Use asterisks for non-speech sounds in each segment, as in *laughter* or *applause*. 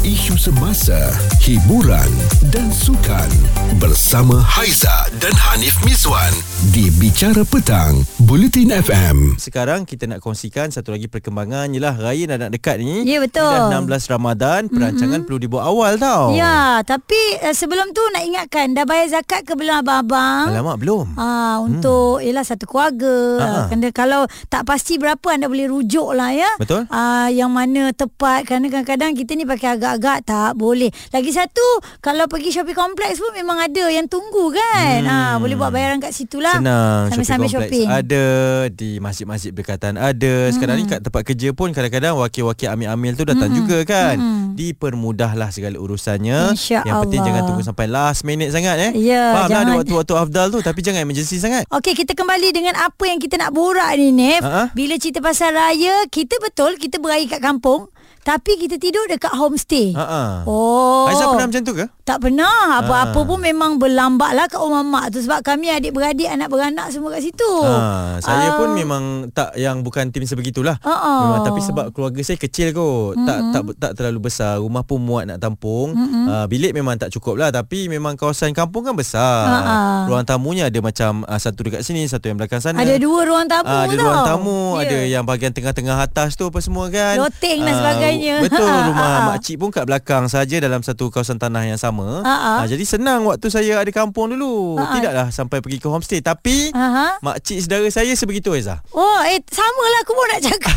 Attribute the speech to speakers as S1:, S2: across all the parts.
S1: isu semasa, hiburan dan sukan bersama Haiza dan Hanif Miswan di Bicara Petang, Bulletin FM.
S2: sekarang kita nak kongsikan satu lagi perkembangan ialah raya dah nak dekat ni.
S3: Ya, betul. Mhm.
S2: Ni Dah 16 Ramadan, perancangan mm-hmm. perlu dibuat awal tau.
S3: Ya, tapi uh, sebelum tu nak ingatkan dah bayar zakat ke belum abang-abang?
S2: Alamak belum.
S3: Ah untuk ialah satu keluarga.
S2: Hmm. Ha-ha.
S3: Ah, Kerana kalau tak pasti berapa anda boleh rujuk lah ya.
S2: Betul.
S3: Ah yang mana tepat kerana kadang-kadang kita ni pakai agak-agak tak boleh. Lagi satu kalau pergi shopping kompleks pun memang ada yang tunggu kan. Hmm. Ah boleh buat bayaran kat situ lah.
S2: Senang Ah,
S3: Sambil-sambil
S2: shopping
S3: shopping.
S2: kompleks ada Di masjid-masjid berkatan ada Sekarang
S3: Mhm.
S2: ni kat tempat kerja pun Kadang-kadang wakil-wakil amil-amil tu datang juga kan
S3: Mhm.
S2: Dipermudahlah segala urusannya
S3: Insya
S2: Yang penting
S3: Allah.
S2: jangan tunggu sampai last minute sangat eh
S3: Ya,
S2: Faham lah ada
S3: jangan.
S2: waktu-waktu afdal tu Tapi jangan emergency sangat
S3: Okey, kita kembali dengan apa yang kita nak borak ni, Nef.
S2: Ha-ha.
S3: Uh-huh. Bila cerita pasal raya, kita betul kita beraya kat kampung. Tapi kita tidur dekat homestay.
S2: Ha-ha.
S3: Oh.
S2: Ha. Aisyah pernah Ha. macam tu ke?
S3: Tak pernah. Apa-apa pun memang berlambak lah kat rumah mak tu. Sebab kami adik-beradik, anak-beranak semua kat situ.
S2: Ha, saya
S3: Ah.
S2: pun memang tak yang bukan tim sebegitulah.
S3: Ha-ha.
S2: Memang tapi sebab keluarga saya kecil kot. Mm-hmm. Tak tak tak terlalu besar. Rumah pun muat nak tampung. Mm-hmm. Uh, bilik memang tak cukup lah tapi memang kawasan kampung kan besar.
S3: Ha-ha.
S2: Ruang tamunya ada macam uh, satu dekat sini, satu yang belakang sana.
S3: Ada dua ruang tamu
S2: Ah, ada
S3: tau.
S2: ruang tamu,
S3: Ya.
S2: ada yang bahagian tengah-tengah atas tu apa semua kan.
S3: Loteng dan
S2: Ah,
S3: sebagainya.
S2: Betul,
S3: Ah,
S2: rumah
S3: ah, ah.
S2: makcik pun kat belakang saja dalam satu kawasan tanah yang sama.
S3: Ah, ah.
S2: Ah, jadi senang waktu saya ada kampung dulu.
S3: Ah, ah.
S2: Tidaklah sampai pergi ke homestay tapi
S3: Aha.
S2: makcik saudara saya sebegitu Aizah.
S3: Oh, eh sama lah aku pun nak
S2: *laughs*
S3: cakap.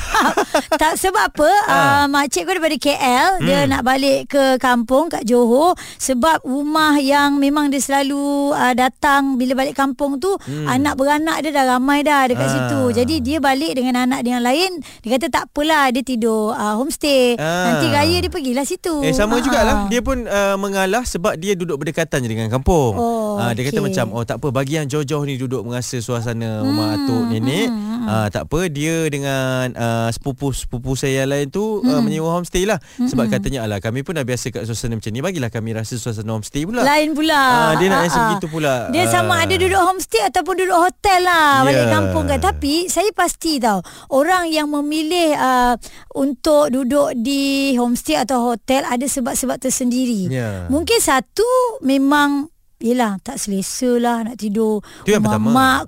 S3: tak sebab apa?
S2: Ha.
S3: Uh, makcik aku daripada KL, hmm. dia nak balik ke kampung kat Johor sebab rumah yang memang dia selalu uh, datang bila balik kampung tu, hmm. anak beranak dia dah ramai dah dekat
S2: Ah.
S3: ha. situ. Jadi dia balik dengan anak dia yang lain, dia kata tak apalah dia tidur uh, homestay.
S2: Ah.
S3: Nanti raya dia pergilah situ.
S2: Eh sama
S3: Ah,
S2: jugalah
S3: ah.
S2: dia pun uh, mengalah sebab dia duduk berdekatan je dengan kampung.
S3: Oh,
S2: Ah, dia kata
S3: okey.
S2: macam oh tak apa bagi yang jauh-jauh ni duduk merasa suasana rumah atuk nenek. Hmm, tak apa dia dengan uh, sepupu-sepupu saya yang lain tu uh,
S3: Hmm.
S2: menyewa homestay lah. Sebab katanya alah kami pun dah biasa kat suasana macam ni bagilah kami rasa suasana homestay pula.
S3: Lain
S2: Ah,
S3: pula.
S2: dia nak yang
S3: Lah. Ah, ah.
S2: sebegitu pula.
S3: Dia sama
S2: Ah.
S3: ada duduk homestay ataupun duduk hotel
S2: Ya.
S3: lah balik kampung kan. Tapi saya pasti tau orang yang memilih uh, untuk duduk di homestay atau hotel ada sebab-sebab tersendiri.
S2: Ya.
S3: Mungkin satu memang Yelah tak selesa lah nak tidur
S2: Itu yang
S3: rumah
S2: pertama.
S3: mak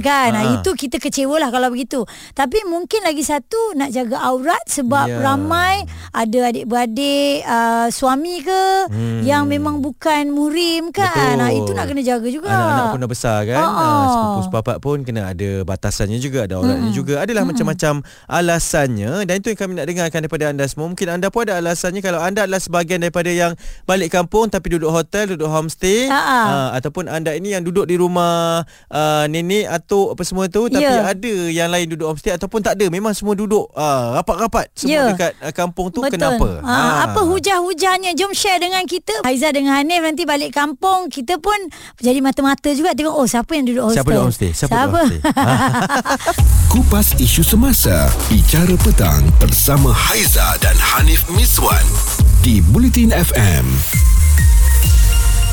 S2: Ah.
S3: kan
S2: Ah.
S3: ha. Itu kita kecewa lah kalau begitu Tapi mungkin lagi satu nak jaga aurat Sebab
S2: Ya.
S3: yeah. ramai ada adik-beradik uh, suami ke
S2: Hmm.
S3: hmm. Yang memang bukan muhrim kan ha,
S2: Betul.
S3: Itu nak kena jaga juga
S2: Anak-anak pun dah besar kan
S3: Ah,
S2: uh,
S3: ah. Hmm.
S2: Sepupu sepapat pun Kena ada batasannya juga Ada auratnya juga Adalah macam-macam alasannya Dan itu yang kami nak dengarkan Daripada anda semua Mungkin anda pun ada alasannya Kalau anda adalah sebahagian Daripada yang balik kampung Tapi duduk hotel Duduk homestay
S3: Ah, ah.
S2: uh, Ataupun anda ini Yang duduk di rumah uh, Nenek, atuk Apa semua tu Tapi
S3: Ya.
S2: ada yang lain Duduk homestay Ataupun tak ada Memang semua duduk uh, Rapat-rapat Semua
S3: Ya.
S2: dekat uh, kampung tu Kenapa Ah.
S3: Ha, ha. Apa hujah-hujahnya? Jom share dengan kita. Haiza dengan Hanif nanti balik kampung, kita pun jadi mata-mata juga tengok oh siapa yang duduk hostel.
S2: Siapa duduk homestay Siapa,
S3: siapa?
S2: duduk homestay Ah.
S1: Kupas isu semasa, Bicara Petang bersama Haiza dan Hanif Miswan di Bulletin FM.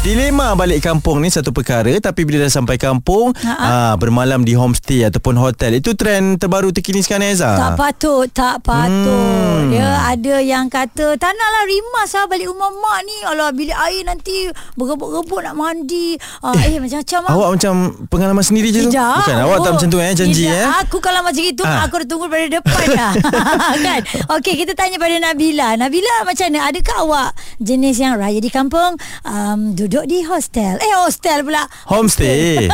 S2: Dilema balik kampung ni satu perkara tapi bila dah sampai kampung
S3: Ha-ha.
S2: aa, bermalam di homestay ataupun hotel itu trend terbaru terkini sekarang Ezra.
S3: Tak patut, tak patut.
S2: Ah. Hmm.
S3: Hmm. Ya, ada yang kata, tak naklah rimas lah balik rumah mak ni. Alah, bilik air nanti berebut-rebut nak mandi. Ah, eh, macam-macam lah.
S2: Awak macam pengalaman sendiri je tu.
S3: Tidak.
S2: Bukan awak tak macam tu eh janji
S3: Tidak.
S2: eh.
S3: Aku kalau macam itu
S2: Ah.
S3: aku dah tunggu pada depan
S2: *laughs*
S3: dah. *laughs* kan? Okey, kita tanya pada Nabila. Nabila macam mana? Adakah awak jenis yang raya di kampung, um, duduk di hostel? Eh, hostel pula.
S4: *laughs*
S2: Homestay.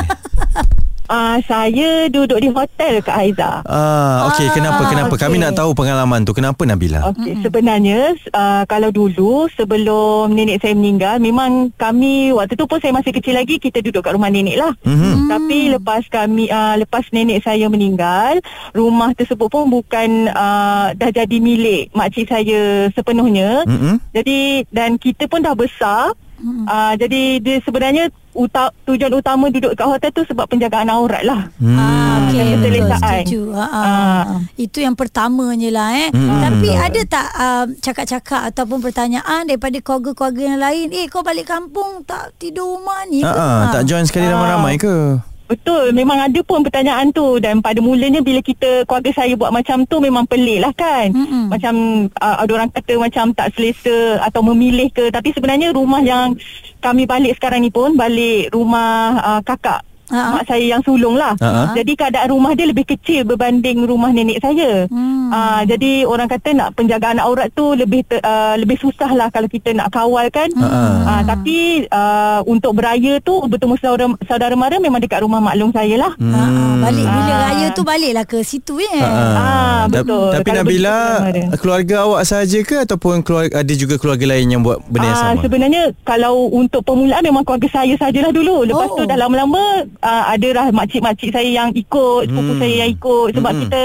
S4: Uh, saya duduk di hotel kat Haiza.
S2: ah okey
S3: Ah,
S2: kenapa kenapa kami
S4: okey.
S2: nak tahu pengalaman tu kenapa Nabila?
S4: Okey, mm-hmm. sebenarnya uh, kalau dulu sebelum nenek saya meninggal, memang kami waktu tu pun saya masih kecil lagi kita duduk kat rumah nenek lah.
S2: Mhm.
S4: Mm. Tapi lepas kami uh, lepas nenek saya meninggal, rumah tersebut pun bukan uh, dah jadi milik makcik saya sepenuhnya. Mm.
S2: Mhm.
S4: Jadi dan kita pun dah besar. Mm. Uh, jadi dia sebenarnya uta- tujuan utama duduk kat hotel tu sebab penjagaan aurat lah.
S2: Hmm.
S3: Ah,
S4: Dan
S3: okay, betul,
S4: keselesaan.
S3: setuju. Ah, ah.
S4: Ah.
S3: Itu yang pertamanya lah eh.
S2: Mm-mm.
S3: Tapi
S4: Betul.
S3: ada tak um, cakap-cakap ataupun pertanyaan daripada keluarga-keluarga yang lain, eh kau balik kampung tak tidur rumah ni?
S2: Ah,
S3: ke?"
S2: ah, tak join sekali
S4: Ah.
S2: ramai-ramai ke?
S4: Betul, memang ada pun pertanyaan tu dan pada mulanya bila kita keluarga saya buat macam tu memang pelik lah kan.
S3: Mm-mm.
S4: Macam uh, ada orang kata macam tak selesa atau memilih ke tapi sebenarnya rumah yang kami balik sekarang ni pun balik rumah uh, kakak
S3: Ha.
S4: mak saya yang sulung lah.
S2: Ha.
S4: Jadi keadaan rumah dia lebih kecil berbanding rumah nenek saya.
S3: Hmm.
S4: Uh, jadi orang kata nak penjagaan aurat tu lebih ter, uh, lebih susah lah kalau kita nak kawal kan.
S2: Ha.
S4: Ah, tapi uh, untuk beraya tu bertemu saudara saudara mara memang dekat rumah maklum saya lah.
S3: Ha,
S2: Hmm.
S3: ha, balik bila
S4: Ah.
S3: raya tu baliklah ke situ eh.
S4: Ah,
S2: Ta-
S4: betul.
S2: Tapi
S4: Kalau
S2: Nabila
S4: begitu nama dia.
S2: keluarga awak saja ke ataupun keluarga ada juga keluarga lain yang buat benda yang
S4: Ah,
S2: sama?
S4: sebenarnya kalau untuk permulaan memang keluarga saya sajalah dulu. Lepas
S3: Oh.
S4: tu dah lama-lama uh, ada lah makcik-makcik saya yang ikut, sepupu
S2: Hmm.
S4: saya yang ikut sebab
S2: Mm-mm.
S4: kita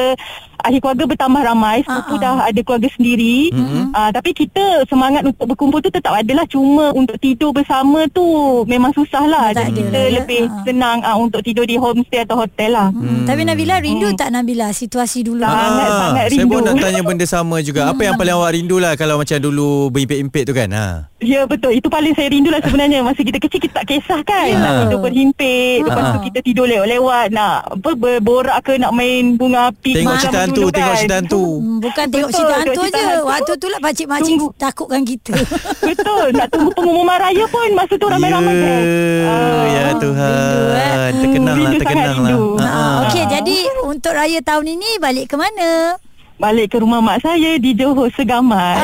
S4: ahli keluarga bertambah ramai, sepupu
S3: Ah, ah.
S4: dah ada keluarga sendiri.
S2: Mm-mm.
S4: Uh, tapi kita semangat untuk berkumpul tu tetap adalah cuma untuk tidur bersama tu memang susah
S3: Tak
S4: lah. Jadi
S3: ada
S4: kita
S3: lah, ya.
S4: lebih
S3: Ah.
S4: senang uh, untuk tidur di homestay atau hotel lah.
S3: Hmm. Tapi Nabila rindu tak Nabila situasi dulu?
S4: Tak. sangat-sangat
S2: Ah, saya pun
S4: rindu.
S2: nak tanya benda sama juga. Apa yang paling awak rindulah kalau macam dulu berimpit-impit tu kan? Ha.
S4: Ya betul Itu paling saya rindu lah sebenarnya Masa kita kecil Kita tak kisah kan
S2: Ya.
S4: Nak tidur berhimpit Lepas tu
S2: Ah.
S4: kita tidur lewat-lewat Nak apa, berborak ke Nak main bunga api
S2: Tengok cerita
S4: Macam dulu kan?
S2: hantu, tengok cerita hantu.
S3: Hmm, bukan tengok cerita
S4: Betul, tengok
S3: hantu
S4: cerita
S3: je.
S4: hantu.
S3: Waktu tu lah pakcik-makcik
S4: Tunggu.
S3: takutkan kita.
S4: *laughs* Betul Nak tunggu pengumuman raya pun Masa tu ramai-ramai
S2: ya,
S4: kan
S2: ya
S3: rindu,
S2: Tuhan.
S3: eh.
S2: Terkenang
S4: Hmm,
S2: lah,
S4: rindu
S2: terkenang
S4: sangat
S2: lah.
S4: rindu.
S2: Ha,
S4: Ah,
S2: ha.
S3: ha, *laughs* Okey, jadi untuk raya tahun ini balik ke mana?
S4: Balik ke rumah mak saya Di Johor
S5: Ah.
S4: Segamat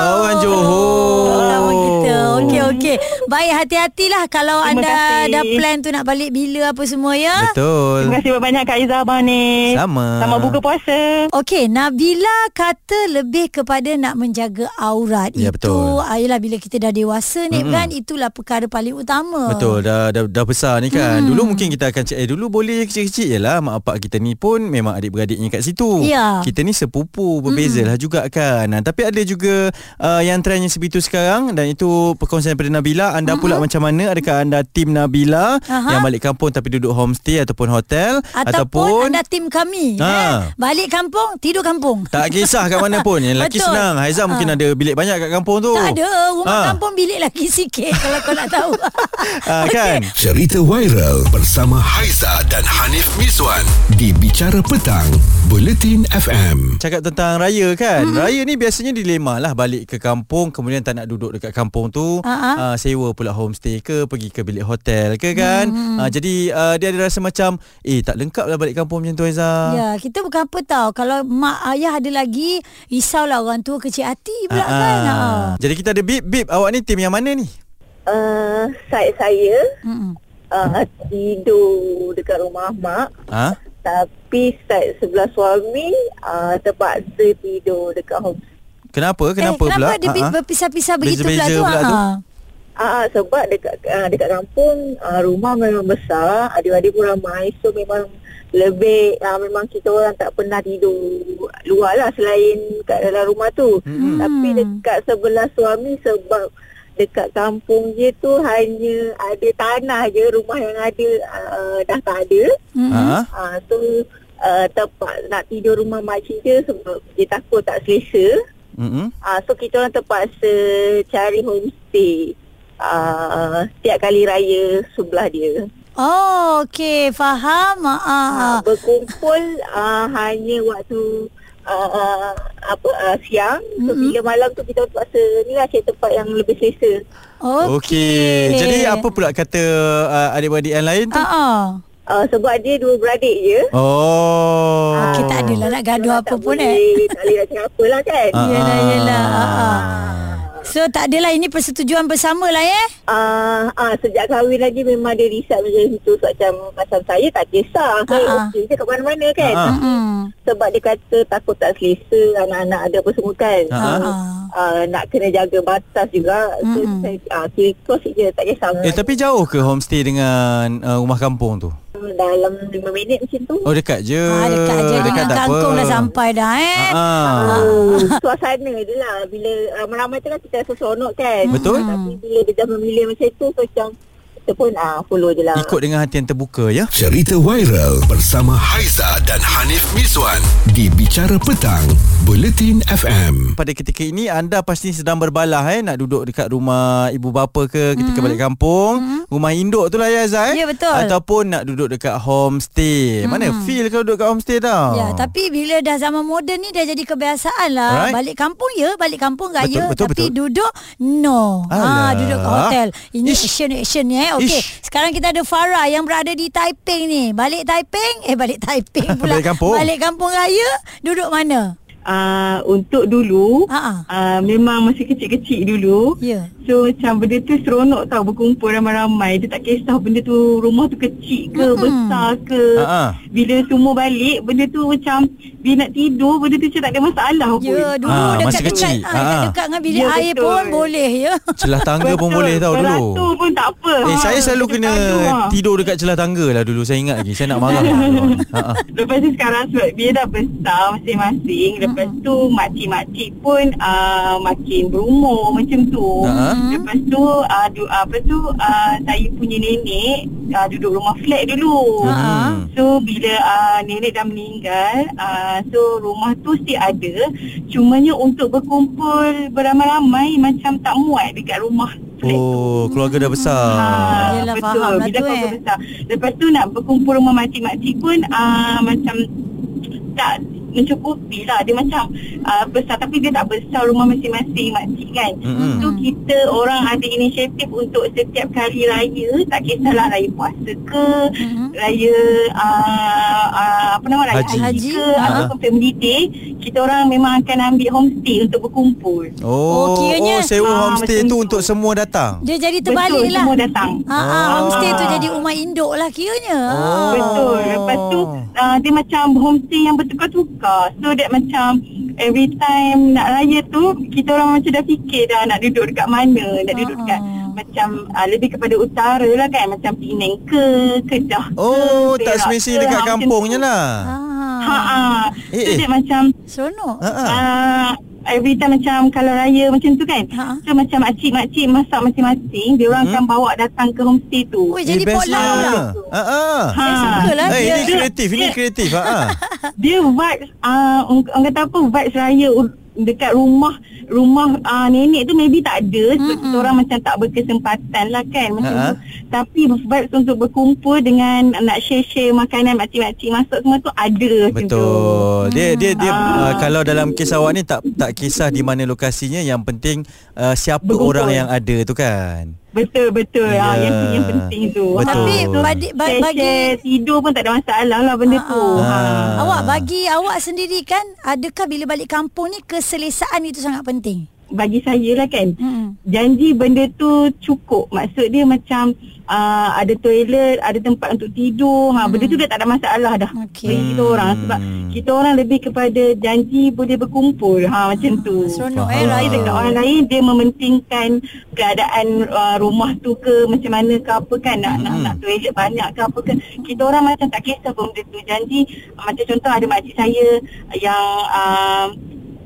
S2: Oh, orang Johor.
S3: Lama Oh, kita. Okey, okey. Baik, hati-hatilah kalau
S4: Terima
S3: anda
S4: kasih.
S3: ada plan tu nak balik bila apa semua ya.
S2: Betul.
S4: Terima kasih banyak-banyak Kak Izzah Abang ni
S2: Sama.
S4: Sama buka puasa
S3: Okey, Nabila kata lebih kepada nak menjaga aurat.
S2: Ya,
S3: Itu
S2: betul.
S3: ayolah bila kita dah dewasa ni mm kan itulah perkara paling utama.
S2: Betul dah, dah dah besar ni kan. Hmm. Dulu mungkin kita akan cakap eh dulu boleh kecil-kecil je lah mak bapak kita ni pun memang adik-beradiknya kat situ.
S3: Ya. Hmm.
S2: Kita ni sepupu berbeza lah juga kan. Nah, tapi ada juga uh, yang trendnya seperti itu sekarang dan itu perkongsian daripada Nabila. Anda pula macam mana? Adakah anda tim Nabila
S3: Hmm. Aha.
S2: yang balik kampung tapi duduk homestay ataupun hotel
S3: Ataupun, anda tim kami.
S2: Ha.
S3: Ha. Balik kampung, tidur kampung.
S2: tak kisah kat mana pun Yang lelaki
S3: Betul.
S2: senang Haizah mungkin
S3: Ha.
S2: ada bilik banyak kat kampung tu
S3: Tak ada Rumah
S2: Ah.
S3: kampung bilik lagi sikit *laughs* Kalau kau nak
S2: *laughs*
S3: tahu *laughs*
S2: Ah, kan?
S1: Cerita viral bersama Haiza dan Hanif Miswan di Bicara Petang, Buletin FM.
S2: Cakap tentang raya kan mm-hmm. Raya ni biasanya dilema lah Balik ke kampung Kemudian tak nak duduk dekat kampung tu uh,
S3: Ha-ha.
S2: Sewa pula homestay ke Pergi ke bilik hotel ke kan mm-hmm. uh, Jadi uh, dia ada rasa macam Eh tak lengkap lah balik kampung macam tu Aizah yeah.
S3: Ya kita bukan apa tau Kalau mak ayah ada lagi Risaulah orang tua kecil hati pula uh-huh. kan ha.
S2: Ah, Jadi kita ada Bib Bib awak ni tim yang mana ni?
S5: Uh, saya saya
S3: Mm-mm.
S5: uh, tidur dekat rumah mak
S2: Ha?
S5: tapi side sebelah suami uh, terpaksa tidur dekat home.
S2: Kenapa? Kenapa
S3: eh, kenapa
S2: pula?
S3: dia
S2: Ha-ha.
S3: uh-huh. berpisah-pisah begitu pula
S2: Beza-beza
S3: tu,
S2: pula tu.
S3: Ha.
S5: Ah uh, sebab dekat uh, dekat kampung uh, rumah memang besar, adik-adik pun ramai so memang lebih uh, memang kita orang tak pernah tidur luar lah selain kat dalam rumah tu.
S2: Mm-mm.
S5: Tapi dekat sebelah suami sebab dekat kampung je tu hanya ada tanah je rumah yang ada uh, dah tak ada.
S3: Mm-mm.
S2: Ha?
S5: Ah tu uh, terpak nak tidur rumah makcik dia sebab dia takut tak selesa.
S2: Mm-mm.
S5: Ah so kita orang terpaksa cari homestay. Ah setiap kali raya sebelah dia.
S3: Oh okey faham ha.
S5: Ah berkumpul ah hanya waktu Uh, uh, apa uh, siang so
S3: Mm-mm.
S5: bila malam tu kita terpaksa ni lah cari tempat yang lebih selesa
S3: Okey
S2: Okey. Jadi apa pula kata uh, adik-adik yang lain tu?
S3: Ha. Uh-uh.
S5: uh, sebab dia dua beradik je
S2: Oh.
S3: Ah, Okey tak adalah nak gaduh
S5: Orang
S3: apa
S5: tak
S3: pun eh
S5: boleh, tak boleh nak cakap apa lah kan
S2: Ah.
S3: Yelah yelah Ha.
S2: Ah.
S3: So tak adalah ini persetujuan bersama lah eh
S5: Ah, ah sejak kahwin lagi memang dia risau macam itu sebab macam macam saya tak kisah. Saya
S3: Ah, ah.
S5: okey je kat mana-mana kan.
S2: Ah, ah.
S3: Mm.
S5: Sebab dia kata takut tak selesa anak-anak ada apa semua kan.
S2: Ah,
S5: So,
S3: ah.
S5: ah, nak kena jaga batas juga. So
S3: Mm-mm.
S5: saya ah, kira kos je tak kisah.
S2: Eh tapi jauh ke homestay dengan uh, rumah kampung tu?
S5: Ah, dalam 5 minit macam tu.
S2: Oh dekat je.
S3: Ha, dekat je
S2: Eh, Dekat
S3: dengan
S2: tak apa.
S3: kangkung dah sampai dah eh
S2: Ah, ah.
S5: Ah, suasana je lah Bila ah, ramai-ramai tu kan Kita rasa lah seronok kan
S2: Betul.
S5: Tapi bila dia dah memilih macam tu so Macam kita kita pun uh,
S3: Ah.
S5: follow je lah.
S2: Ikut dengan hati yang terbuka ya.
S1: Cerita viral bersama Haiza dan Hanif Miswan di Bicara Petang, Buletin FM.
S2: Pada ketika ini anda pasti sedang berbalah eh nak duduk dekat rumah ibu bapa ke ketika mm-hmm. balik kampung, mm-hmm. rumah induk tu lah ya Zai.
S3: Mhm. Ya, betul. Mhm.
S2: Ataupun nak duduk dekat homestay. Mm-hmm. Mana feel kalau duduk kat homestay tau.
S3: Ya, tapi bila dah zaman moden ni dah jadi kebiasaan lah.
S2: Alright.
S3: Right. Balik kampung ya, balik kampung
S2: Betul,
S3: raya
S2: betul,
S3: tapi
S2: betul.
S3: duduk no.
S2: Alah.
S3: Ha duduk kat hotel. Ini
S2: Ish.
S3: action action ni eh. Okey.
S2: Ish.
S3: Sekarang kita ada Farah yang berada di Taiping ni. Balik Taiping, eh balik Taiping pula.
S2: Balik kampung.
S3: Balik kampung raya duduk mana?
S5: Uh, untuk dulu
S3: Ha ah.
S5: uh, memang masih kecil-kecil dulu.
S3: Ya.
S5: So macam benda tu seronok tau berkumpul ramai-ramai. Dia tak kisah benda tu rumah tu kecil ke hmm. besar ke.
S2: Ha-ha.
S5: Bila semua balik benda tu macam bila nak tidur benda tu macam tak ada masalah pun.
S3: Ya, dulu
S2: Ah, masa
S3: dekat dekat,
S2: kecil.
S3: ah, dekat
S2: Ah.
S3: dekat dengan bilik
S5: Ya,
S3: air
S5: betul.
S3: pun boleh ya.
S2: Celah tangga pun
S5: Betul,
S2: boleh tau dulu.
S5: beratur pun tak apa.
S2: Eh
S5: Ha,
S2: saya selalu
S5: kita
S2: kena
S5: selalu, ha.
S2: tidur dekat celah tangga lah dulu saya ingat lagi. Saya nak
S3: *laughs*
S2: marah. Ha ah.
S5: Lepas tu sekarang sebab dia dah besar masing-masing
S2: Hmm.
S5: Lepas tu makcik-makcik pun uh, makin berumur macam tu
S2: Ha-ha.
S5: Lepas tu uh, du, uh, Lepas tu uh, saya punya nenek uh, duduk rumah flat dulu
S2: Ha-ha.
S5: So bila uh, nenek dah meninggal uh, So rumah tu still ada Cumanya untuk berkumpul beramai-ramai macam tak muat dekat rumah flat
S2: Oh, keluarga dah besar.
S5: Ah,
S3: Ha, Yelah,
S5: betul.
S3: faham lah
S5: Bila
S3: tu,
S5: keluarga
S3: eh.
S5: besar. Lepas tu nak berkumpul rumah makcik-makcik pun uh, macam tak mencukupi lah. Dia macam uh, besar tapi dia tak besar rumah masing-masing makcik kan.
S2: Mm-mm.
S5: So kita orang ada inisiatif untuk setiap kali raya, tak kisahlah raya puasa ke,
S3: Mhm.
S5: raya uh, uh, apa nama raya
S2: Haji.
S5: haji,
S3: Haji.
S5: ke,
S3: Ah.
S5: ataupun family day, kita orang memang akan ambil homestay untuk berkumpul.
S2: Oh,
S3: Oh,
S2: oh,
S3: kiranya-
S2: sewa
S5: Ah,
S2: homestay
S5: macam
S2: tu Hmm.
S5: tu.
S2: untuk semua datang.
S3: Dia jadi
S5: Betul,
S3: terbalik lah.
S5: semua datang.
S3: Ha ah,
S2: Ah.
S3: homestay tu jadi rumah induk lah kiranya.
S2: Oh.
S3: Oh.
S5: Betul. Lepas tu uh, dia macam homestay yang bertukar-tukar. So that macam every time nak raya tu kita orang macam dah fikir dah nak duduk dekat mana, nak duduk
S3: Ha-ha.
S5: dekat macam uh, lebih kepada utara lah kan macam Penang ke Kedah ke,
S2: Oh, tak
S5: Perak
S2: semesti
S5: ke,
S2: dekat
S5: ha, macam
S2: kampungnya
S5: tu.
S2: lah.
S5: Ha
S3: Ah.
S5: ah.
S2: Eh,
S5: So
S2: eh.
S5: that macam
S3: Seronok.
S2: Ha ah.
S5: uh, every time macam kalau raya macam tu kan.
S3: Ha.
S5: So macam makcik-makcik masak masing-masing, dia
S2: Hmm.
S5: orang akan bawa datang ke homestay tu.
S3: Oh, jadi potluck lah.
S2: Ha Eh, ah.
S3: Saya suka lah.
S2: Eh,
S3: dia.
S2: ini kreatif, ini kreatif. Ha ah.
S5: dia vibes uh, orang kata apa vibes raya u- dekat rumah rumah uh, nenek tu maybe tak ada sebab kita orang macam tak berkesempatan lah kan macam
S2: Ha-ha.
S5: tu tapi vibes untuk berkumpul dengan nak share-share makanan makcik-makcik masak semua tu ada
S2: *laughs*
S5: macam tu.
S2: Betul. Dia dia dia uh, kalau dalam kes awak ni tak tak kisah di mana lokasinya, yang penting uh, siapa
S5: Berkumpul.
S2: orang yang ada tu kan.
S5: betul betul yeah.
S2: Ya.
S5: yang, yang penting tu
S2: Betul.
S3: Tapi
S2: Betul.
S3: bagi, ba- bagi
S5: share-share tidur pun tak ada masalah lah benda tu Ha.
S3: Ah.
S2: Ah.
S3: awak bagi awak sendiri kan adakah bila balik kampung ni keselesaan itu sangat penting?
S5: bagi saya lah kan
S3: Hmm.
S5: janji benda tu cukup maksud dia macam uh, ada toilet ada tempat untuk tidur ha benda tu dah tak ada masalah dah
S3: Okey.
S5: bagi kita orang sebab kita orang lebih kepada janji boleh berkumpul ha macam tu
S2: Hmm. Faham.
S3: Seronok eh
S5: saya
S3: raya.
S5: dekat orang lain dia mementingkan keadaan uh, rumah tu ke macam mana ke apa kan nak nak nak toilet banyak ke apa ke kita orang macam tak kisah pun benda tu janji uh, macam contoh ada makcik saya yang uh,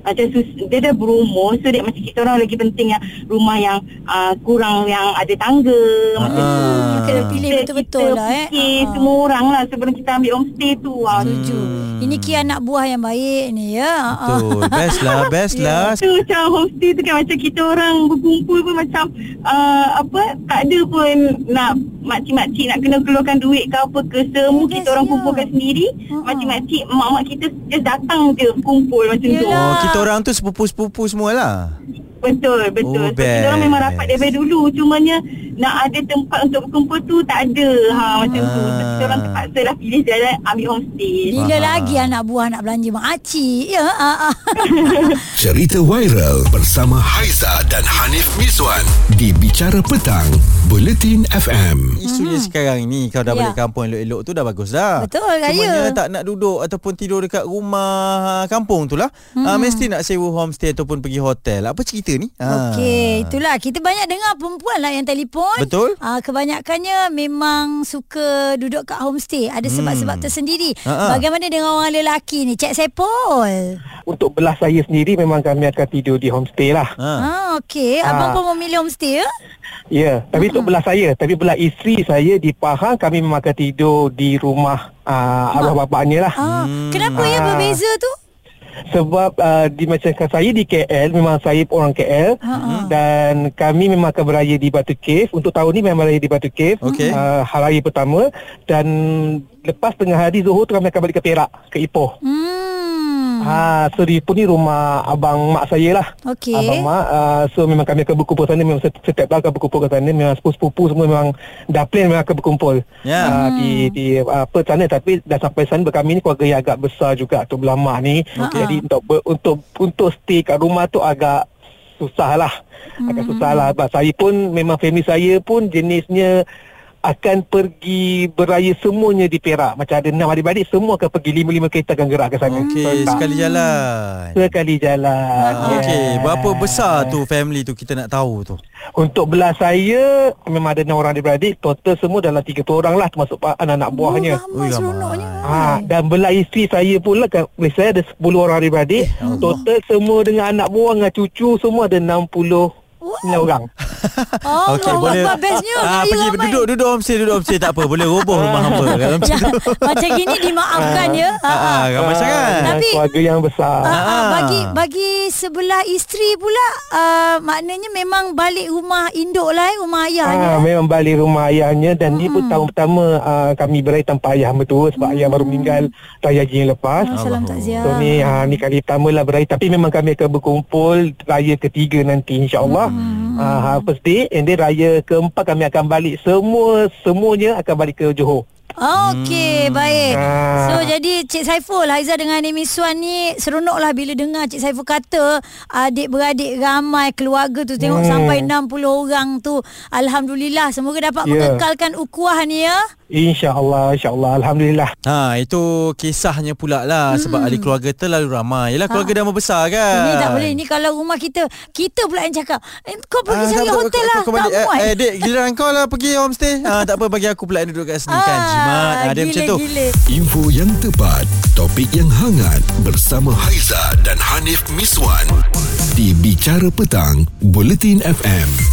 S5: macam sus, dia dah berumur so dia macam kita orang lagi penting yang rumah yang uh, kurang yang ada tangga macam tu
S3: Hmm, Kena pilih
S5: Kita-
S3: betul-betul
S5: kita
S3: lah eh.
S5: fikir
S3: Ah.
S5: semua orang lah sebelum kita ambil homestay tu ha,
S3: Setuju. Ini Kia anak buah yang baik ni ya. Ah, ah.
S2: Hmm. Betul. Best lah, *laughs* best lah.
S5: Tu Ya. macam homestay tu kan macam kita orang berkumpul pun macam uh, apa tak ada pun nak makcik-makcik nak kena keluarkan duit ke apa ke semua
S3: Yes,
S5: kita orang
S3: ya.
S5: kumpulkan sendiri
S3: Ha-ha.
S5: makcik-makcik mak-mak kita just datang je kumpul macam tu
S3: Yelah.
S2: Oh, kita orang tu sepupu-sepupu semua lah.
S5: betul
S2: Oh,
S5: betul so, kita orang memang rapat
S2: best.
S5: daripada dulu cumanya nak ada tempat untuk berkumpul tu tak ada ha macam tu so, kita orang
S2: Ah.
S5: terpaksa lah pilih jalan ambil homestay
S3: Bila
S2: Faham.
S3: lagi anak buah nak belanja mak acik ya. Ah, ah.
S1: Cerita viral bersama Haiza dan Hanif Miswan di Bicara Petang, Buletin FM.
S2: Isunya sekarang ni Kalau dah
S3: Mhm. Ya.
S2: balik kampung elok-elok tu dah bagus dah
S3: Betul,
S2: Cumanya
S3: raya.
S2: tak nak duduk Ataupun tidur dekat rumah Kampung tu lah hmm.
S3: Mhm.
S2: uh, Mesti nak sewa homestay Ataupun pergi hotel Apa cerita ni? Ah.
S3: Okey, itulah kita banyak dengar perempuan lah yang telefon.
S2: Betul.
S3: Ah kebanyakannya memang suka duduk kat homestay. Ada
S2: Hmm.
S3: sebab-sebab tersendiri.
S2: Ha-ha.
S3: Bagaimana dengan orang lelaki ni? Cik Sepol.
S6: Untuk belah saya sendiri memang kami akan tidur di homestay lah.
S2: Ha.
S3: Ah okey, abang
S6: Ah.
S3: pun memilih homestay ya?
S4: Ya, tapi untuk belah saya, tapi belah isteri saya di Pahang kami memang akan tidur di rumah uh, arwah bapaknya lah.
S3: Ah, kenapa ya
S4: Ah.
S3: berbeza tu?
S4: Sebab uh, di masyarakat saya di KL Memang saya orang KL
S3: Ha-ha.
S4: Dan kami memang akan beraya di Batu Cave Untuk tahun ni memang beraya di Batu Cave
S2: Okey.
S4: uh, Hari raya pertama Dan lepas tengah hari Zuhur tu kami akan balik ke Perak Ke Ipoh
S3: Hmm.
S4: Ha, so di Ipoh ni rumah abang mak saya lah
S3: Okey.
S4: Abang mak uh, So memang kami akan berkumpul sana Memang set- setiap tahun akan berkumpul ke sana Memang sepupu-sepupu semua memang Dah plan memang akan berkumpul
S2: Ya.
S4: uh, Di, di uh, apa sana Tapi dah sampai sana Kami ni keluarga yang agak besar juga Tok Belah Mak ni okay. Jadi untuk, ber- untuk untuk stay kat rumah tu agak Susah lah Agak susah lah Sebab saya pun Memang family saya pun jenisnya akan pergi beraya semuanya di Perak macam ada enam adik-adik semua akan pergi lima-lima kereta akan gerak ke sana
S2: Okey,
S4: tak-
S2: sekali jalan.
S4: sekali jalan
S2: Ah, Okey,
S4: Yes.
S2: berapa besar tu family tu kita nak tahu tu?
S4: Untuk belah saya Memang ada 6 orang adik-beradik Total semua dalam 30 orang lah Termasuk pa- anak-anak buahnya
S3: Oh, ramai
S2: Ui, ramai.
S3: seronoknya.
S4: ha, Dan belah isteri saya pula kan, Belah saya ada 10 orang adik-beradik
S3: Ya
S4: Total semua dengan anak buah Dengan cucu semua ada 60 Wow. orang
S3: Oh, Allah Akbar, bestnya.
S2: ah,
S3: Saya
S2: pergi
S3: ramai.
S2: duduk duduk homestay duduk homestay tak apa boleh roboh
S3: *laughs*
S2: rumah hamba kalau
S3: Ya,
S2: macam tu.
S3: *laughs* *laughs* macam gini dimaafkan ya. Ha,
S2: Ah, ah,
S3: ha.
S2: ramai sangat.
S4: Dengan
S3: Tapi-
S4: Keluarga yang besar
S3: Ah, ah,
S2: Ah.
S3: bagi bagi sebelah isteri pula uh, maknanya memang balik rumah induk lah eh, rumah ayahnya.
S4: Ah, memang balik rumah ayahnya dan ni pun tahun pertama ah, kami berai tanpa ayah mertua sebab ayah baru meninggal tahun haji yang lepas.
S3: Mm. Ah, salam
S2: Allahu.
S3: takziah.
S4: So ni ha, ni kali pertama lah beraya Tapi memang kami akan berkumpul Raya ketiga nanti insyaAllah hmm. ha, First day And then raya keempat kami akan balik Semua Semuanya akan balik ke Johor
S2: Hmm.
S3: Okey, baik.
S4: Ah.
S3: So jadi Cik Saiful Haiza dengan Amy Suan ni seronoklah bila dengar Cik Saiful kata adik-beradik ramai keluarga tu
S2: Hmm.
S3: tengok sampai 60 orang tu. Alhamdulillah semoga dapat
S4: Ya.
S3: mengekalkan ukuah ni ya.
S4: InsyaAllah InsyaAllah Alhamdulillah
S2: Ha, itu kisahnya pula lah sebab ahli keluarga terlalu ramai. Yalah keluarga dah membesar kan.
S3: Hmm. Ah. Ini tak boleh Ini kalau rumah kita Kita pula yang cakap eh, Kau pergi
S2: Ah,
S3: cari
S2: tak apa,
S3: hotel
S2: aku-
S3: lah
S2: aku balik.
S3: Tak muat
S2: Eh, eh, dek, giliran kau lah pergi homestay. Ah, tak apa, bagi aku pula yang duduk kat sini kan. Jimat. Ah, dia macam tu.
S3: Gila-gila
S1: Info yang tepat, topik yang hangat bersama Haiza dan Hanif Miswan di Bicara Petang, Buletin FM.